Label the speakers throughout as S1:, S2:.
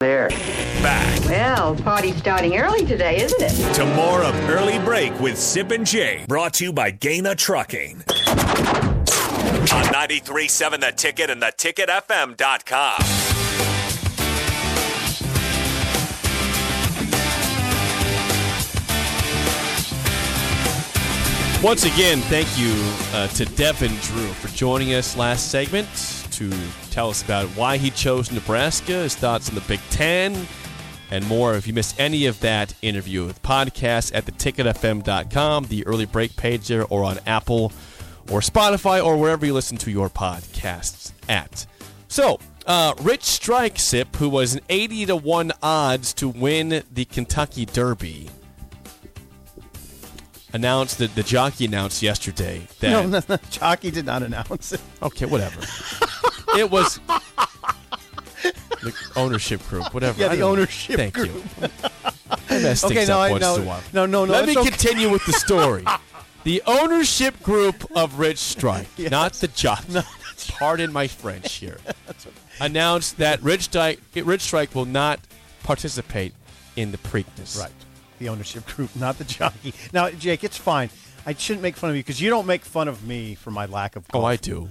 S1: there.
S2: Back
S1: Well, party's starting early today, isn't it?
S2: to more of Early Break with Sip and Jay, brought to you by Gaina Trucking. On 93.7 The Ticket and theticketfm.com.
S3: Once again, thank you uh, to Devin Drew for joining us last segment to tell us about why he chose Nebraska, his thoughts on the Big Ten, and more. If you missed any of that interview, the podcast at theticketfm.com, the early break page there, or on Apple or Spotify or wherever you listen to your podcasts at. So, uh, Rich Strikesip, who was an 80 to 1 odds to win the Kentucky Derby, announced that the jockey announced yesterday that
S4: No, no, no, Chalky did not announce it.
S3: Okay, whatever. it was the ownership group, whatever. I
S4: Yeah, the
S3: don't know.
S4: ownership
S3: Thank
S4: group.
S3: you. I mess
S4: Okay,
S3: things
S4: no,
S3: up
S4: I-
S3: once
S4: no,
S3: in a while.
S4: no, no, no,
S3: Let me
S4: it's okay.
S3: continue with the story. the ownership group of Rich Strike, not the jockey. Pardon my French here. Announced that Rich Dyke, Rich Strike will not participate in the Preakness.
S4: The ownership group, not the jockey. Now, Jake, it's fine. I shouldn't make fun of you because you don't make fun of me for my lack of
S3: Oh,
S4: golf.
S3: I do.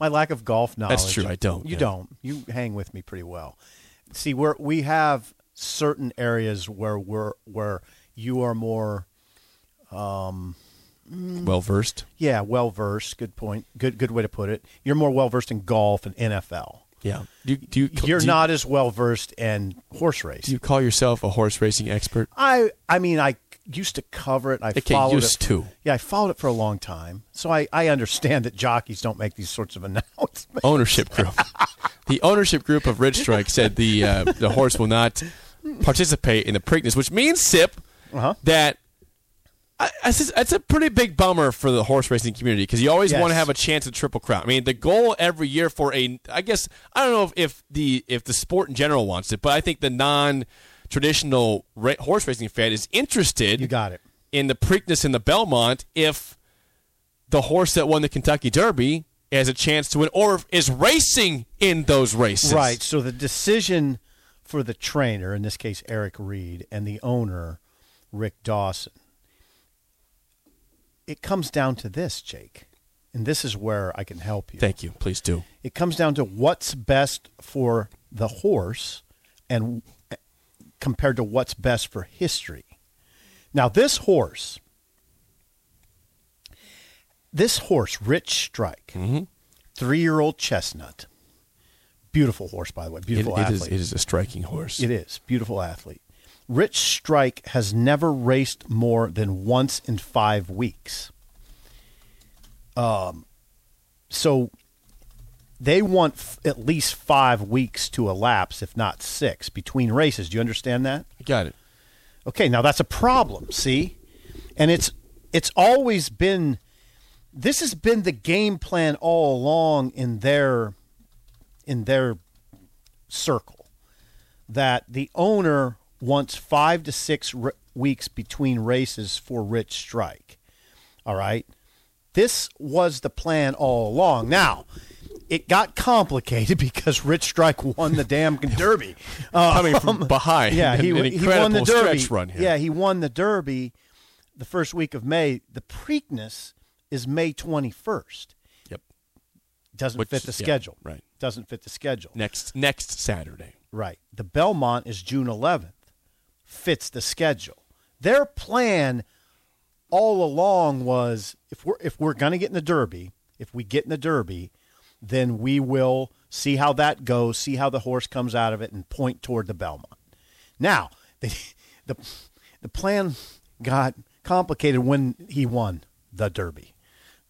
S4: my lack of golf knowledge.
S3: true, I don't,
S4: You
S3: yeah.
S4: don't. You hang with me pretty well. See, we're we have certain areas where we're where you are more
S3: Well versed.
S4: yeah, well versed. Good point. Good good way to put it. You're more well versed in golf and NFL.
S3: Yeah. Do you, do you,
S4: You're
S3: do you-
S4: not as well versed in horse racing.
S3: do you call yourself a horse racing expert?
S4: I I mean I used to cover it. I
S3: Okay,
S4: followed
S3: used
S4: it.
S3: to.
S4: Yeah, I followed it for a long time, so I, I understand that jockeys don't make these sorts of announcements.
S3: ownership group. the ownership group of Ridge Strike said the uh, the horse will not participate in the Preakness, which means Sip
S4: Uh-huh.
S3: that. I, I says- that's a pretty big bummer for the horse racing community because you always
S4: Yes.
S3: want to have a chance at Triple Crown. I mean, the goal every year for a, I guess I don't know if, if the if the sport in general wants it, but I think the non traditional ra- horse racing fan is interested
S4: You got it.
S3: in the Preakness and the Belmont if the horse that won the Kentucky Derby has a chance to win or is racing in those races.
S4: Right. So the decision for the trainer, in this case Eric Reed, and the owner, Rick Dawson, it comes down to this, Jake. And this is where I can help you.
S3: Thank you. Please do.
S4: It comes down to what's best for the horse and compared to what's best for history. Now, this horse, this horse, Rich Strike,
S3: Mm-hmm.
S4: three year old chestnut, beautiful horse, by the way,
S3: It,
S4: beautiful
S3: it,
S4: athlete.
S3: is, it is a striking horse.
S4: It is. Beautiful athlete. Rich Strike has never raced more than once in five weeks. Um, so they want f- at least five weeks to elapse, if not six, between races. Do you understand that?
S3: I Got it.
S4: Okay, now that's a problem, see? And it's it's always been this has been the game plan all along in their in their circle that the owner wants 5 to 6 r- weeks between races for Rich Strike. All right? This was the plan all along. Now, it got complicated because Rich Strike won the damn Derby. Uh, um,
S3: Coming from behind.
S4: Yeah,
S3: an-
S4: he,
S3: an
S4: he won the
S3: incredible
S4: Derby.
S3: stretch run here.
S4: Yeah, he won the Derby the first week of May. The Preakness is May 21st.
S3: Yep.
S4: Doesn't
S3: Which-
S4: fit the
S3: yeah,
S4: schedule.
S3: right.
S4: Doesn't fit the schedule.
S3: Next next Saturday.
S4: Right. The Belmont is June 11th. Fits the schedule. Their plan all along was if we're if we're going to get in the Derby, if we get in the Derby, then we will see how that goes, see how the horse comes out of it, and point toward the Belmont. Now the the the plan got complicated when he won the Derby.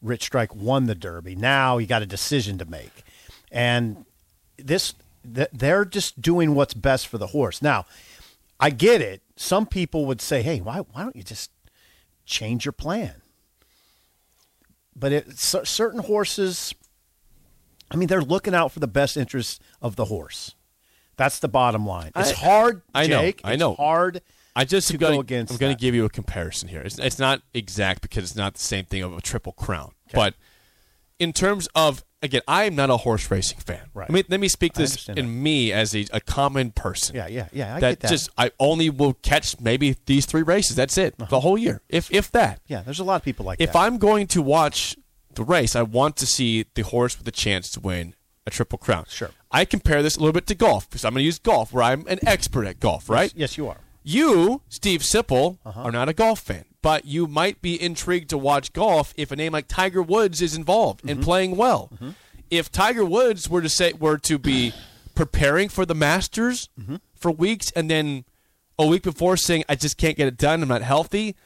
S4: Rich Strike won the Derby. Now you got a decision to make, and this th- they're just doing what's best for the horse. Now, I get it. Some people would say, "Hey, why why don't you just change your plan?" But it, cer certain horses, I mean, they're looking out for the best interests of the horse. That's the bottom line. It's
S3: I-
S4: hard,
S3: I know,
S4: Jake.
S3: I
S4: It's
S3: know.
S4: hard.
S3: I just
S4: to
S3: am gonna,
S4: go against
S3: I'm going
S4: that.
S3: to give you a comparison here. It's, it's not exact because it's not the same thing of a triple crown, but in terms of again, I am not a horse racing fan.
S4: Right.
S3: I mean, let me speak
S4: I
S3: this in
S4: understand that.
S3: me as a, a common person.
S4: Yeah, yeah, yeah, I
S3: that
S4: get that.
S3: just I only will catch maybe these three races. That's it. The whole year, if if that.
S4: Uh-huh. Yeah, there's a lot of people like
S3: If
S4: that.
S3: I'm going to watch the race, I want to see the horse with a chance to win a triple crown.
S4: Sure.
S3: I compare this a little bit to golf because I'm going to use golf where I'm an expert at golf, right?
S4: yes, you are.
S3: You, Steve Sipple,
S4: Uh-huh.
S3: are not a golf fan, but you might be intrigued to watch golf if a name like Tiger Woods is involved
S4: Mm-hmm.
S3: and playing well. If Tiger Woods were to say were to be preparing for the Masters
S4: Mm-hmm.
S3: for weeks and then a week before saying I just can't get it done, I'm not healthy,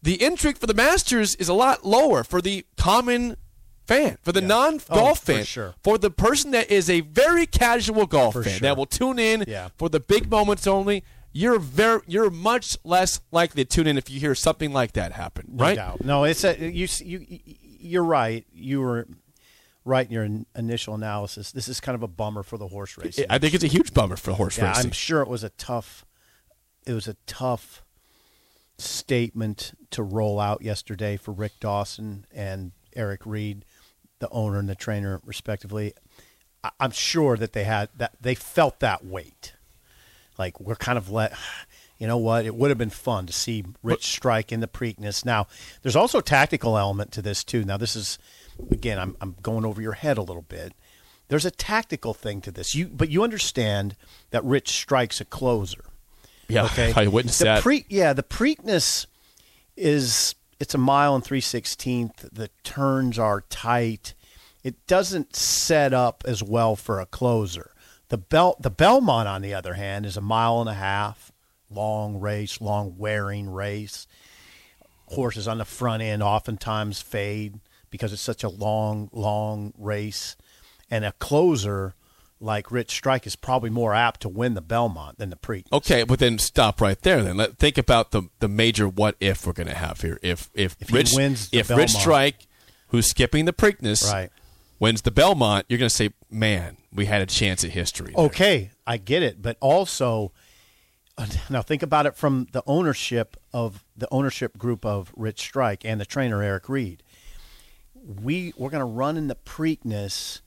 S3: the intrigue for the Masters is a lot lower for the common fan, for the
S4: Oh,
S3: non-golf
S4: for
S3: fan,
S4: sure.
S3: for the person that is a very casual golf
S4: For
S3: fan
S4: sure.
S3: that will tune in
S4: Yeah.
S3: for the big moments only. You're very, you're much less likely to tune in if you hear something like that happen,
S4: No
S3: right?
S4: doubt. No, it's a you. s- You y- y- you're right. You were right in your in- initial analysis. This is kind of a bummer for the horse racing.
S3: I think it's a huge bummer for horse
S4: yeah,
S3: racing.
S4: I'm sure it was a tough. It was a tough statement to roll out yesterday for Rick Dawson and Eric Reed, the owner and the trainer, respectively. I- I'm sure that they had that they felt that weight. Like we're kind of let. You know what? It would have been fun to see Rich strike in the Preakness. Now, there's also a tactical element to this too. Now, this is again, I'm I'm going over your head a little bit. There's a tactical thing to this. You but you understand that Rich strikes a closer.
S3: yeah,
S4: Okay.
S3: I witnessed
S4: the
S3: that.
S4: Pre- yeah, the Preakness is it's a mile and three sixteenth. The turns are tight. It doesn't set up as well for a closer. The Bel the Belmont, on the other hand, is a mile and a half long race, long wearing race. Horses on the front end oftentimes fade because it's such a long, long race. And a closer like Rich Strike is probably more apt to win the Belmont than the Preakness.
S3: okay, but then stop right there. Then Let, think about the the major what if we're going to have here. If if,
S4: If he
S3: Rich
S4: wins the
S3: if Rich
S4: Belmont.
S3: Strike, who's skipping the Preakness,
S4: Right.
S3: wins the Belmont, you're going to say, man, we had a chance at history. there."
S4: Okay, I get it, but also now think about it from the ownership of the ownership group of Rich Strike and the trainer Eric Reed. We we're going to run in the Preakness,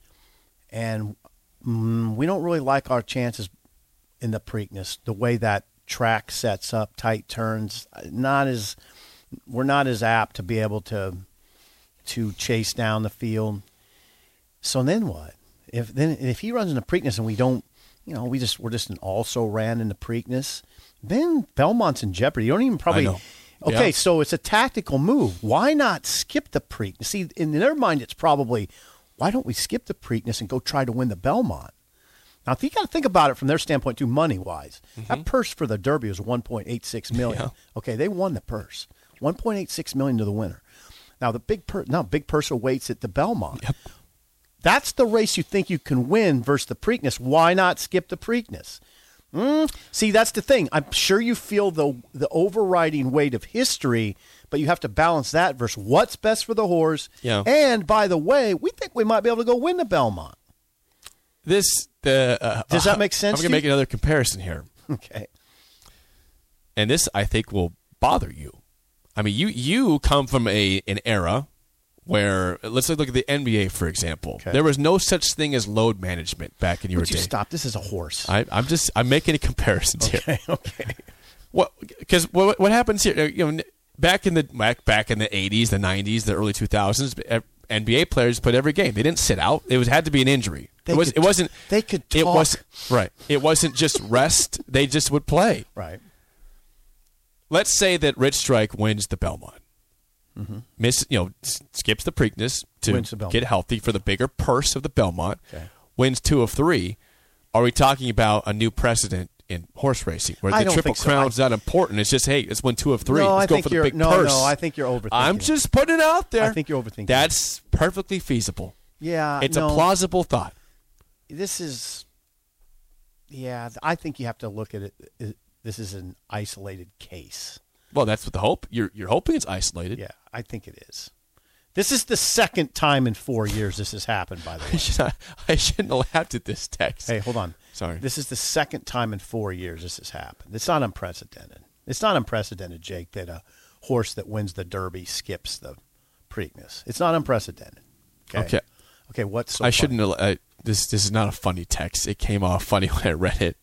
S4: and mm, we don't really like our chances in the Preakness. The way that track sets up, tight turns, not as we're not as apt to be able to to chase down the field. So then what? If then if he runs into Preakness and we don't, you know, we just we're just an also ran into Preakness, then Belmont's in jeopardy. You don't even probably.
S3: know.
S4: Okay,
S3: Yeah.
S4: so it's a tactical move. Why not skip the Preakness? See, in their mind, it's probably why don't we skip the Preakness and go try to win the Belmont? Now you got to think about it from their standpoint too, money wise. That purse for the Derby was 1.86 million.
S3: Mm-hmm. Yeah.
S4: Okay, they won the purse, 1.86 million to the winner. Now the big purse, now big purse awaits at the Belmont. That's the race you think you can win versus the Preakness. Why not skip the Preakness? Mm, see, that's the thing. I'm sure you feel the the overriding weight of history, but you have to balance that versus what's best for the horse.
S3: Yeah.
S4: And by the way, we think we might be able to go win the Belmont.
S3: This the uh,
S4: Does that make sense
S3: I'm
S4: to you?
S3: gonna make another comparison here,
S4: Okay.
S3: and this I think will bother you. I mean, you you come from a an era where let's look at the NBA for example.
S4: Okay.
S3: There was no such thing as load management back in your
S4: Would you
S3: day.
S4: stop? This is a horse.
S3: I, I'm just I'm making a comparison here.
S4: okay.
S3: What because what, what happens here? uh, You know, back in the back back in the 80s, the 90s, the early e, 2000s, ev- NBA players played every game. They didn't sit out. It was had to be an injury.
S4: They
S3: it was.
S4: could-
S3: it wasn't.
S4: they could
S3: It
S4: talk.
S3: was right. It wasn't just rest. they just would play.
S4: Right.
S3: Let's say that Rich Strike wins the Belmont. Miss you know s- skips the Preakness
S4: Mm-hmm. Wins
S3: to
S4: the Belmont.
S3: get healthy for the bigger purse of the Belmont.
S4: Okay.
S3: Wins two of three. Are we talking about a new precedent in horse racing where
S4: I
S3: the
S4: don't
S3: triple
S4: think so.
S3: crown's not important? It's just hey, it's win two of three.
S4: No,
S3: Let's
S4: I
S3: go
S4: think
S3: for the
S4: you're-
S3: big
S4: no,
S3: purse.
S4: no, I think you're overthinking
S3: I'm
S4: it.
S3: just putting it out there.
S4: I think you're overthinking it.
S3: That's perfectly feasible.
S4: Yeah.
S3: it's
S4: no,
S3: a plausible thought.
S4: This is. Yeah, I think you have to look at it. it- This is an isolated case.
S3: Well, that's what the hope. You're you're hoping it's isolated.
S4: Yeah, I think it is. This is the second time in four years this has happened. By the
S3: I
S4: way,
S3: should not, I shouldn't have laughed at this text.
S4: hey, hold on.
S3: Sorry.
S4: This is the second time in four years this has happened. It's not unprecedented. It's not unprecedented, Jake, that a horse that wins the Derby skips the Preakness. It's not unprecedented. Okay.
S3: Okay.
S4: Okay. What's so
S3: I
S4: funny?
S3: shouldn't. have- I, this this is not a funny text. It came off funny when I read it.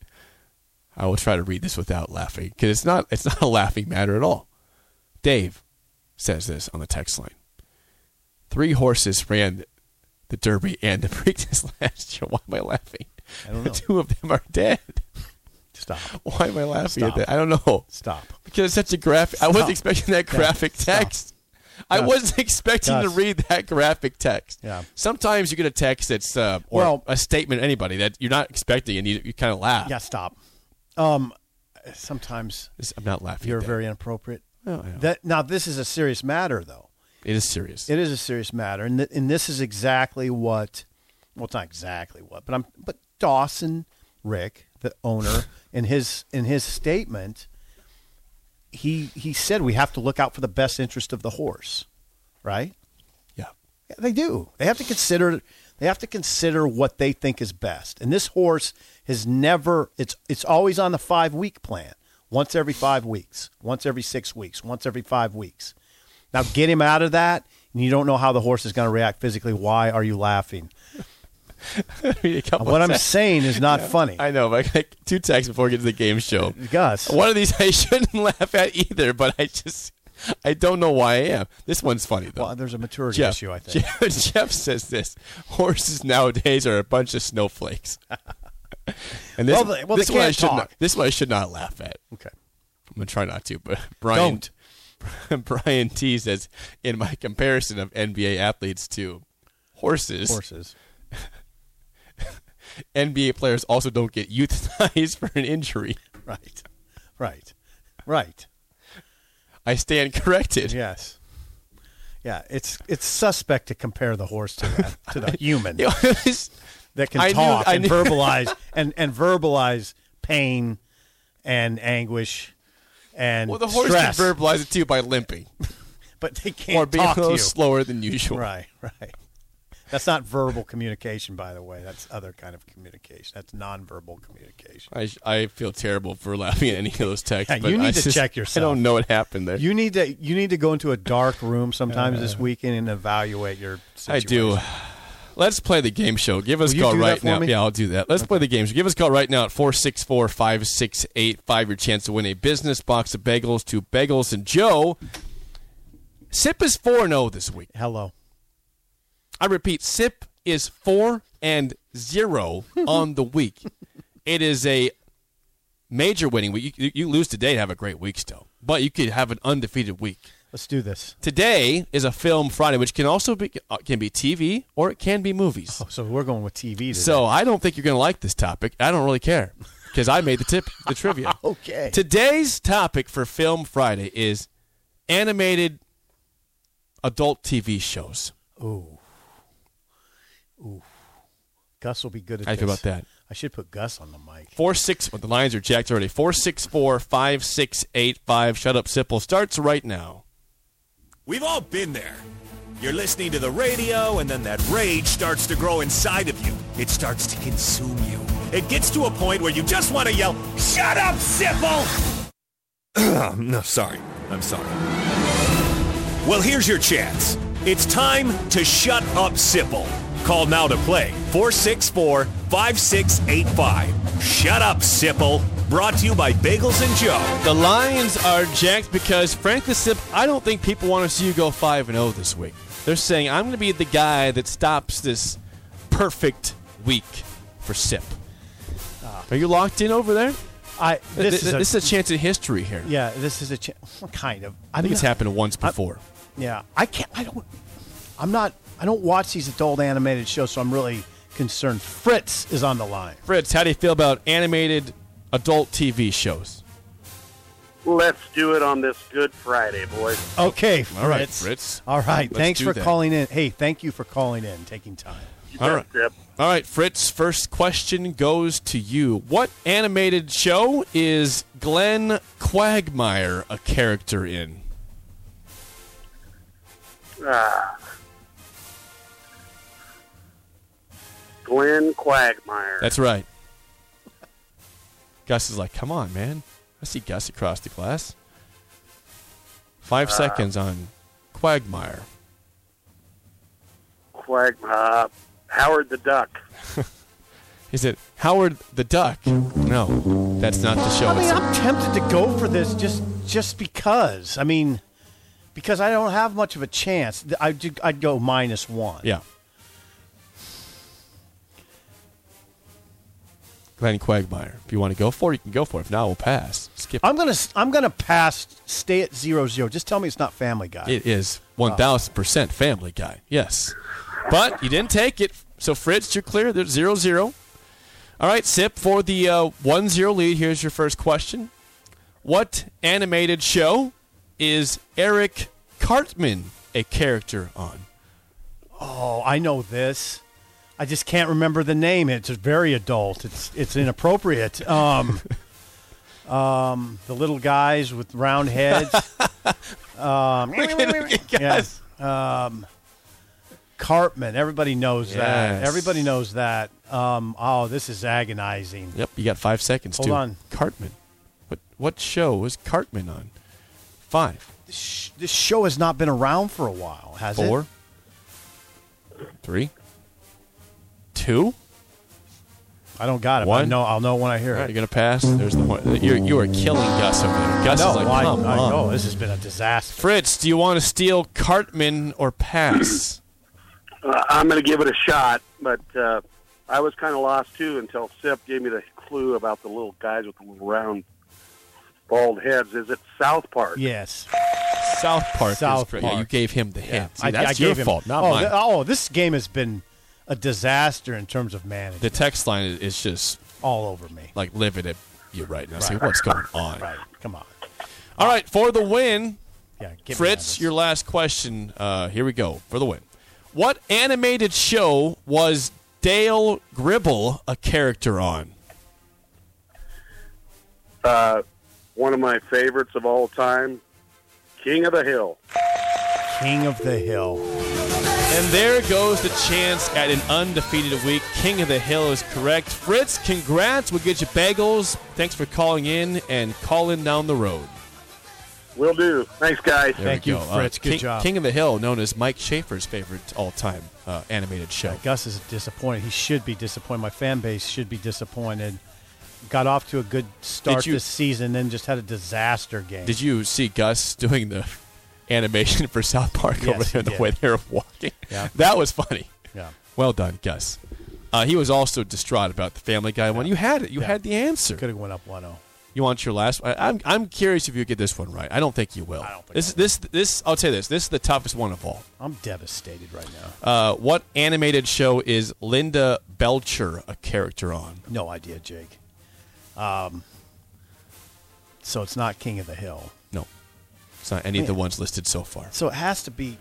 S3: I will try to read this without laughing because it's not it's not a laughing matter at all. Dave says this on the text line. Three horses ran the Derby and the Preakness last year. Why am I laughing?
S4: I don't know.
S3: Two of them are dead.
S4: Stop.
S3: Why am I laughing
S4: Stop.
S3: at that? I don't know
S4: Stop.
S3: because it's such a graphic. I
S4: Stop.
S3: wasn't expecting that
S4: Gus,
S3: graphic
S4: stop.
S3: text. I
S4: Gus.
S3: wasn't expecting to
S4: Gus.
S3: read that graphic text.
S4: Yeah.
S3: Sometimes you get a text that's uh, or
S4: Well-
S3: a statement anybody that you're not expecting, and you, you kind of laugh.
S4: Yeah. Stop. Um, sometimes
S3: This- I'm not laughing.
S4: you're
S3: at that.
S4: very inappropriate.
S3: No, I know.
S4: That now this is a serious matter though.
S3: It is serious.
S4: It is a serious matter, and th- and this is exactly what, well, it's not exactly what, but I'm but Dawson Rick, the owner, in his in his statement, he he said we have to look out for the best interest of the horse, right?
S3: yeah.
S4: Yeah, they do. They have to consider they have to consider what they think is best. And this horse has never it's it's always on the 5 week plan. Once every 5 weeks, once every 6 weeks, once every 5 weeks. Now get him out of that and you don't know how the horse is going to react physically. Why are you laughing?
S3: Read a couple
S4: What
S3: of
S4: I'm
S3: texts.
S4: saying is not funny.
S3: I know, but I got two texts before we get to the game show.
S4: Gus.
S3: One of these I shouldn't laugh at either, but I just I don't know why I am. This one's funny though.
S4: Well, there's a maturity issue, I think.
S3: Jeff, Jeff says this: horses nowadays are a bunch of snowflakes. and this,
S4: Well, they- well, they
S3: this one I
S4: can't
S3: should not.
S4: talk.
S3: This one I should not laugh at.
S4: Okay.
S3: I'm gonna try not to, but Brian,
S4: Don't.
S3: Brian T says, in my comparison of NBA athletes to horses,
S4: Horses.
S3: NBA players also don't get euthanized for an injury.
S4: Right. Right. Right.
S3: I stand corrected.
S4: Yes. Yeah, it's it's suspect to compare the horse to that to the human.
S3: You know, it was-
S4: that can
S3: I knew-
S4: talk
S3: I
S4: and
S3: knew-
S4: verbalize and, and verbalize pain and anguish and
S3: well, the horse
S4: stress,
S3: can verbalize it too by limping
S4: but they can't
S3: or being a
S4: talk to
S3: little
S4: you.
S3: slower than usual.
S4: Right, right. That's not verbal communication, by the way. That's other kind of communication. That's nonverbal communication.
S3: I, I feel terrible for laughing at any of those texts.
S4: Yeah,
S3: but
S4: you need
S3: I
S4: to
S3: just-
S4: check
S3: I
S4: yourself.
S3: don't know what happened there.
S4: You need to you need to go into a dark room sometimes this weekend and evaluate your.
S3: Uh. I
S4: Situation.
S3: do. Let's play the game show. Give us a
S4: Will you
S3: call
S4: do that
S3: right
S4: for
S3: now.
S4: me?
S3: Yeah, I'll do that. Let's play the game show. Give us a call right now at 464 5685. Your chance to win a business box of bagels to Bagels and Joe. Sip is 4 0 this week.
S4: Hello.
S3: I repeat, Sip is 4 and 0 on the week. It is a major winning week. You, you- you lose today to have a great week still, but you could have an undefeated week.
S4: Let's do this.
S3: Today is a film Friday, which can also be uh, can be TV or it can be movies.
S4: Oh, so we're going with TV. Today.
S3: So I don't think you're going to like this topic. I don't really care because I made the tip the trivia.
S4: Okay.
S3: Today's topic for Film Friday is animated adult TV shows.
S4: Gus will be good at
S3: How do you feel
S4: this.
S3: about that?
S4: I shoshould put Gus on the mic.
S3: Four six. Well, the lines are jacked already. Four six four five six eight five. Shut up, Sipple starts right now.
S2: We've all been there. You're listening to the radio, and then that rage starts to grow inside of you. It starts to consume you. It gets to a point where you just want to yell, Shut up, Sipple! no, sorry. I'm sorry. Well, here's your chance. It's time to shut up, Sipple. Call now to play 464-5685. Shut up, Sipple. Brought to you by Bagels and Joe.
S3: The Lions are jacked because Frank the Sip. I don't think people want to see you go five and zero this week. They're saying I'm going to be the guy that stops this perfect week for Sip. are you locked in over there?
S4: I Ah. this
S3: Th-
S4: is
S3: th-
S4: a,
S3: a chance at history here.
S4: Yeah, this is a ch- kind of.
S3: I think it's happened once before.
S4: Yeah, I can't. I don't. I'm not. I don't watch these adult animated shows, so I'm really concerned. Fritz is on the line.
S3: Fritz, how do you feel about animated adult TV shows?
S5: Let's do it on this Good Friday, boys.
S4: Okay,
S3: Oh, All right,
S4: Fritz.
S3: Fritz.
S4: All right,
S3: Let's
S4: thanks
S3: do
S4: for
S3: that.
S4: calling in. Hey, thank you for calling in, taking time.
S3: All right.
S5: Yep.
S3: All right, Fritz, first question goes to you. What animated show is Glenn Quagmire a character in?
S5: Glenn Quagmire.
S3: That's right. Gus is like, come on, man. I see Gus across the glass. Five seconds on Quagmire.
S5: flag. Uh, Howard the Duck.
S3: Is it Howard the Duck? No, that's not the show.
S4: I mean,
S3: It's-
S4: I'm tempted to go for this just just because. I mean, because I don't have much of a chance. Th- I'd, ju- I'd go minus one.
S3: yeah. Glenn Quagmire. If you want to go for it, you can go for it. If not, we'll pass. Skip.
S4: I'm gonna s- I'm gonna pass. Stay at zero zero. Just tell me it's not Family Guy.
S3: It is 1000% Family Guy. Yes. But you didn't take it. So, Fritz, you're clear. There's 0 0. All right, Sip, for the uh, 1 0 lead, here's your first question. What animated show is Eric Cartman a character on?
S4: Oh, I know this. I just can't remember the name. It's very adult. It's it's inappropriate. Um, um, the little guys with round heads. Um, yeah. Um, Cartman. Everybody knows that.
S3: Yes.
S4: Everybody knows that. Um, oh, this is agonizing.
S3: Yep, you got five seconds
S4: Hold
S3: to
S4: on.
S3: Cartman. What, what show was Cartman on? Five,
S4: This, sh- this show has not been around for a while, has it?
S3: four, three, two.
S4: I don't got it. but I
S3: One.
S4: know. I'll know when I hear
S3: All right,
S4: it.
S3: you're gonna pass. There's the horn. You're, you are killing Gus over there. Gus
S4: No,
S3: is like,
S4: I,
S3: come
S4: I
S3: on.
S4: know. This has been a disaster.
S3: Fritz, do you want to steal Cartman or pass?
S5: Uh, I'm going to give it a shot, but uh, I was kind of lost too until Sip gave me the clue about the little guys with the little round bald heads. Is it South Park?
S4: Yes.
S3: South Park.
S4: South
S3: is correct. Yeah, you
S4: Park.
S3: gave him the hint. See,
S4: I,
S3: that's
S4: I
S3: your
S4: gave him-
S3: fault, not
S4: oh,
S3: mine.
S4: th- oh, this game has been a disaster in terms of management.
S3: the text line is- is just
S4: all over me.
S3: like livid at you right now. See what's going on.
S4: Right? Come on.
S3: All right, for the win,
S4: Yeah, get me on
S3: Fritz.
S4: this.
S3: Your last question. Uh, here we go for the win. What animated show was Dale Gribble a character on?
S5: Uh, one of my favorites of all time, King of the Hill.
S4: king of the hill.
S3: And there goes the chance at an undefeated week. King of the Hill is correct. Fritz, congrats. We'll get you bagels. Thanks for calling in and calling down the road.
S5: Will do. Thanks, guys.
S3: There
S4: Thank
S3: we
S4: you,
S3: go. Uh,
S4: Fritz. Good
S3: King,
S4: job.
S3: King of the Hill, known as Mike Schaefer's favorite all-time uh, animated show.
S4: Gus is disappointed. He should be disappointed. My fan base should be disappointed. Got off to a good start
S3: you-
S4: this season, then just had a disaster game.
S3: Did you see Gus doing the animation for South Park
S4: Yes,
S3: over there?
S4: he
S3: The
S4: did.
S3: way they were walking.
S4: Yeah.
S3: That was funny.
S4: Yeah.
S3: Well done, Gus. Uh, he was also distraught about the Family Guy one. You had it. You
S4: Yeah.
S3: had the answer.
S4: Could have went up oh. 1-0.
S3: You want your last? I, I'm I'm curious if you get this one right. I don't think you will.
S4: I don't think
S3: this
S4: I will.
S3: this this I'll tell you this. This is the toughest one of all.
S4: I'm devastated right now.
S3: Uh, what animated show is Linda Belcher a character on?
S4: No idea, Jake. Um, so it's not King of the Hill.
S3: No, it's not any of the ones listed so far.
S4: So it has to be.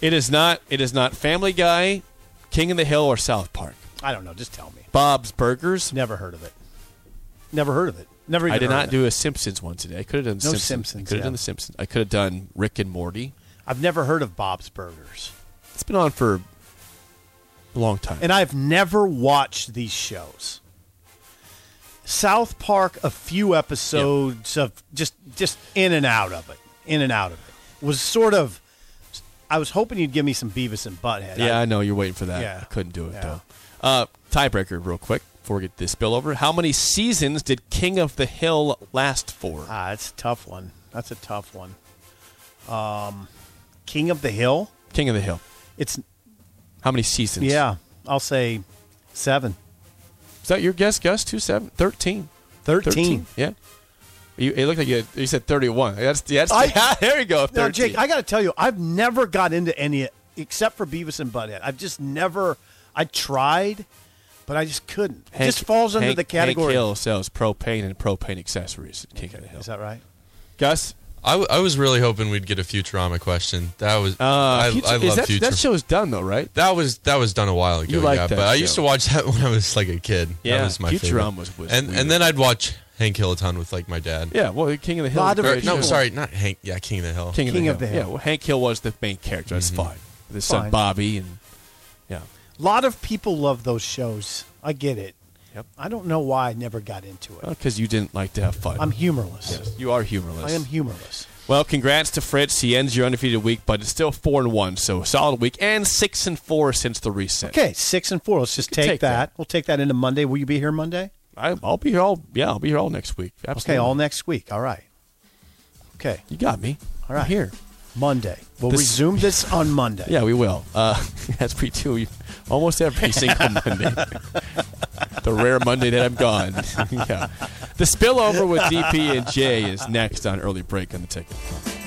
S3: It is not. It is not Family Guy, King of the Hill, or South Park.
S4: I don't know. Just tell me.
S3: Bob's Burgers.
S4: Never heard of it. Never heard of it. Never. Even
S3: I did
S4: heard
S3: not
S4: of
S3: do
S4: It.
S3: a Simpsons one today. I could have done
S4: No
S3: Simpsons. I
S4: Simpsons,
S3: could have
S4: yeah.
S3: done the Simpsons. I could have done Rick and Morty.
S4: I've never heard of Bob's Burgers,
S3: It's been on for a long time.
S4: and I've never watched these shows. South Park, a few episodes of just just in and out of it, in and out of it was sort of. I was hoping you'd give me some Beavis and Butthead.
S3: Yeah,
S4: I-
S3: I know you're waiting for that.
S4: Yeah.
S3: I couldn't do it
S4: Yeah.
S3: though. Uh, tiebreaker, real quick, before we get this spillover. How many seasons did King of the Hill last for?
S4: ah, that's a tough one. That's a tough one. Um, King of the Hill.
S3: King of the Hill.
S4: It's
S3: How many seasons?
S4: yeah. I'll say seven.
S3: Is that your guess, Gus? Two seven, thirteen.
S4: 13.
S3: Yeah. You, it looked like you, had, you said thirty-one. That's that's.
S4: I-
S3: yeah, there you go. Thirteen.
S4: Now, Jake, I got to tell you, I've never got into any except for Beavis and Butthead. I've just never. I tried, but I just couldn't. it
S3: Hank-
S4: just falls under
S3: Hank-
S4: the category.
S3: Hank Hill sells propane and propane accessories at King of the Hill.
S4: Is that right?
S3: Gus?
S6: I, w- I was really hoping we'd get a Futurama question. That was
S3: Uh,
S6: I,
S3: Future-
S6: I
S3: is
S6: love
S3: that,
S6: Futurama.
S3: that show's done though, right?
S6: That was that was done a while ago.
S3: You like
S6: yeah,
S3: that
S6: but I
S3: show.
S6: used to watch that when I was like a kid.
S3: Yeah,
S6: that was my
S3: Futurama
S6: favorite.
S3: was- was
S6: and
S3: weird.
S6: and then I'd watch Hank Hill a ton with like my dad.
S3: Yeah. Well, King of the Hill. is
S4: Lot of
S3: a
S6: Or-
S3: great
S6: no,
S3: show.
S6: sorry, not Hank. Yeah, King of the Hill.
S3: King,
S4: King
S3: of the Hill. Yeah, well, Hank Hill was the main character. That's fine. The son
S4: Mm-hmm. Fine.
S3: Bobby and yeah,
S4: A lot of people love those shows. I get it.
S3: Yep. Uh,
S4: I don't know why I never got into it.
S3: because you didn't like to have fun.
S4: I'm humorless.
S3: Yes, you are humorless.
S4: I am humorless.
S3: Well, congrats to Fritz. He ends your undefeated week, but it's still four and one, so solid week and six and four since the reset.
S4: Okay, six and four. Let's just
S3: can
S4: take,
S3: take
S4: that.
S3: that.
S4: We'll take that into Monday. Will you be here Monday?
S3: I, I'll be here all. Yeah, I'll be here all next week. Absolutely.
S4: Okay, all next week. All right. Okay,
S3: You got me.
S4: All right.
S3: I'm here.
S4: Monday. We'll
S3: This-
S4: resume this on Monday.
S3: Yeah, we will. Uh, as we do almost every single Monday. the rare Monday that I'm gone. yeah. The spillover with DP and Jay is next on early break on the ticket.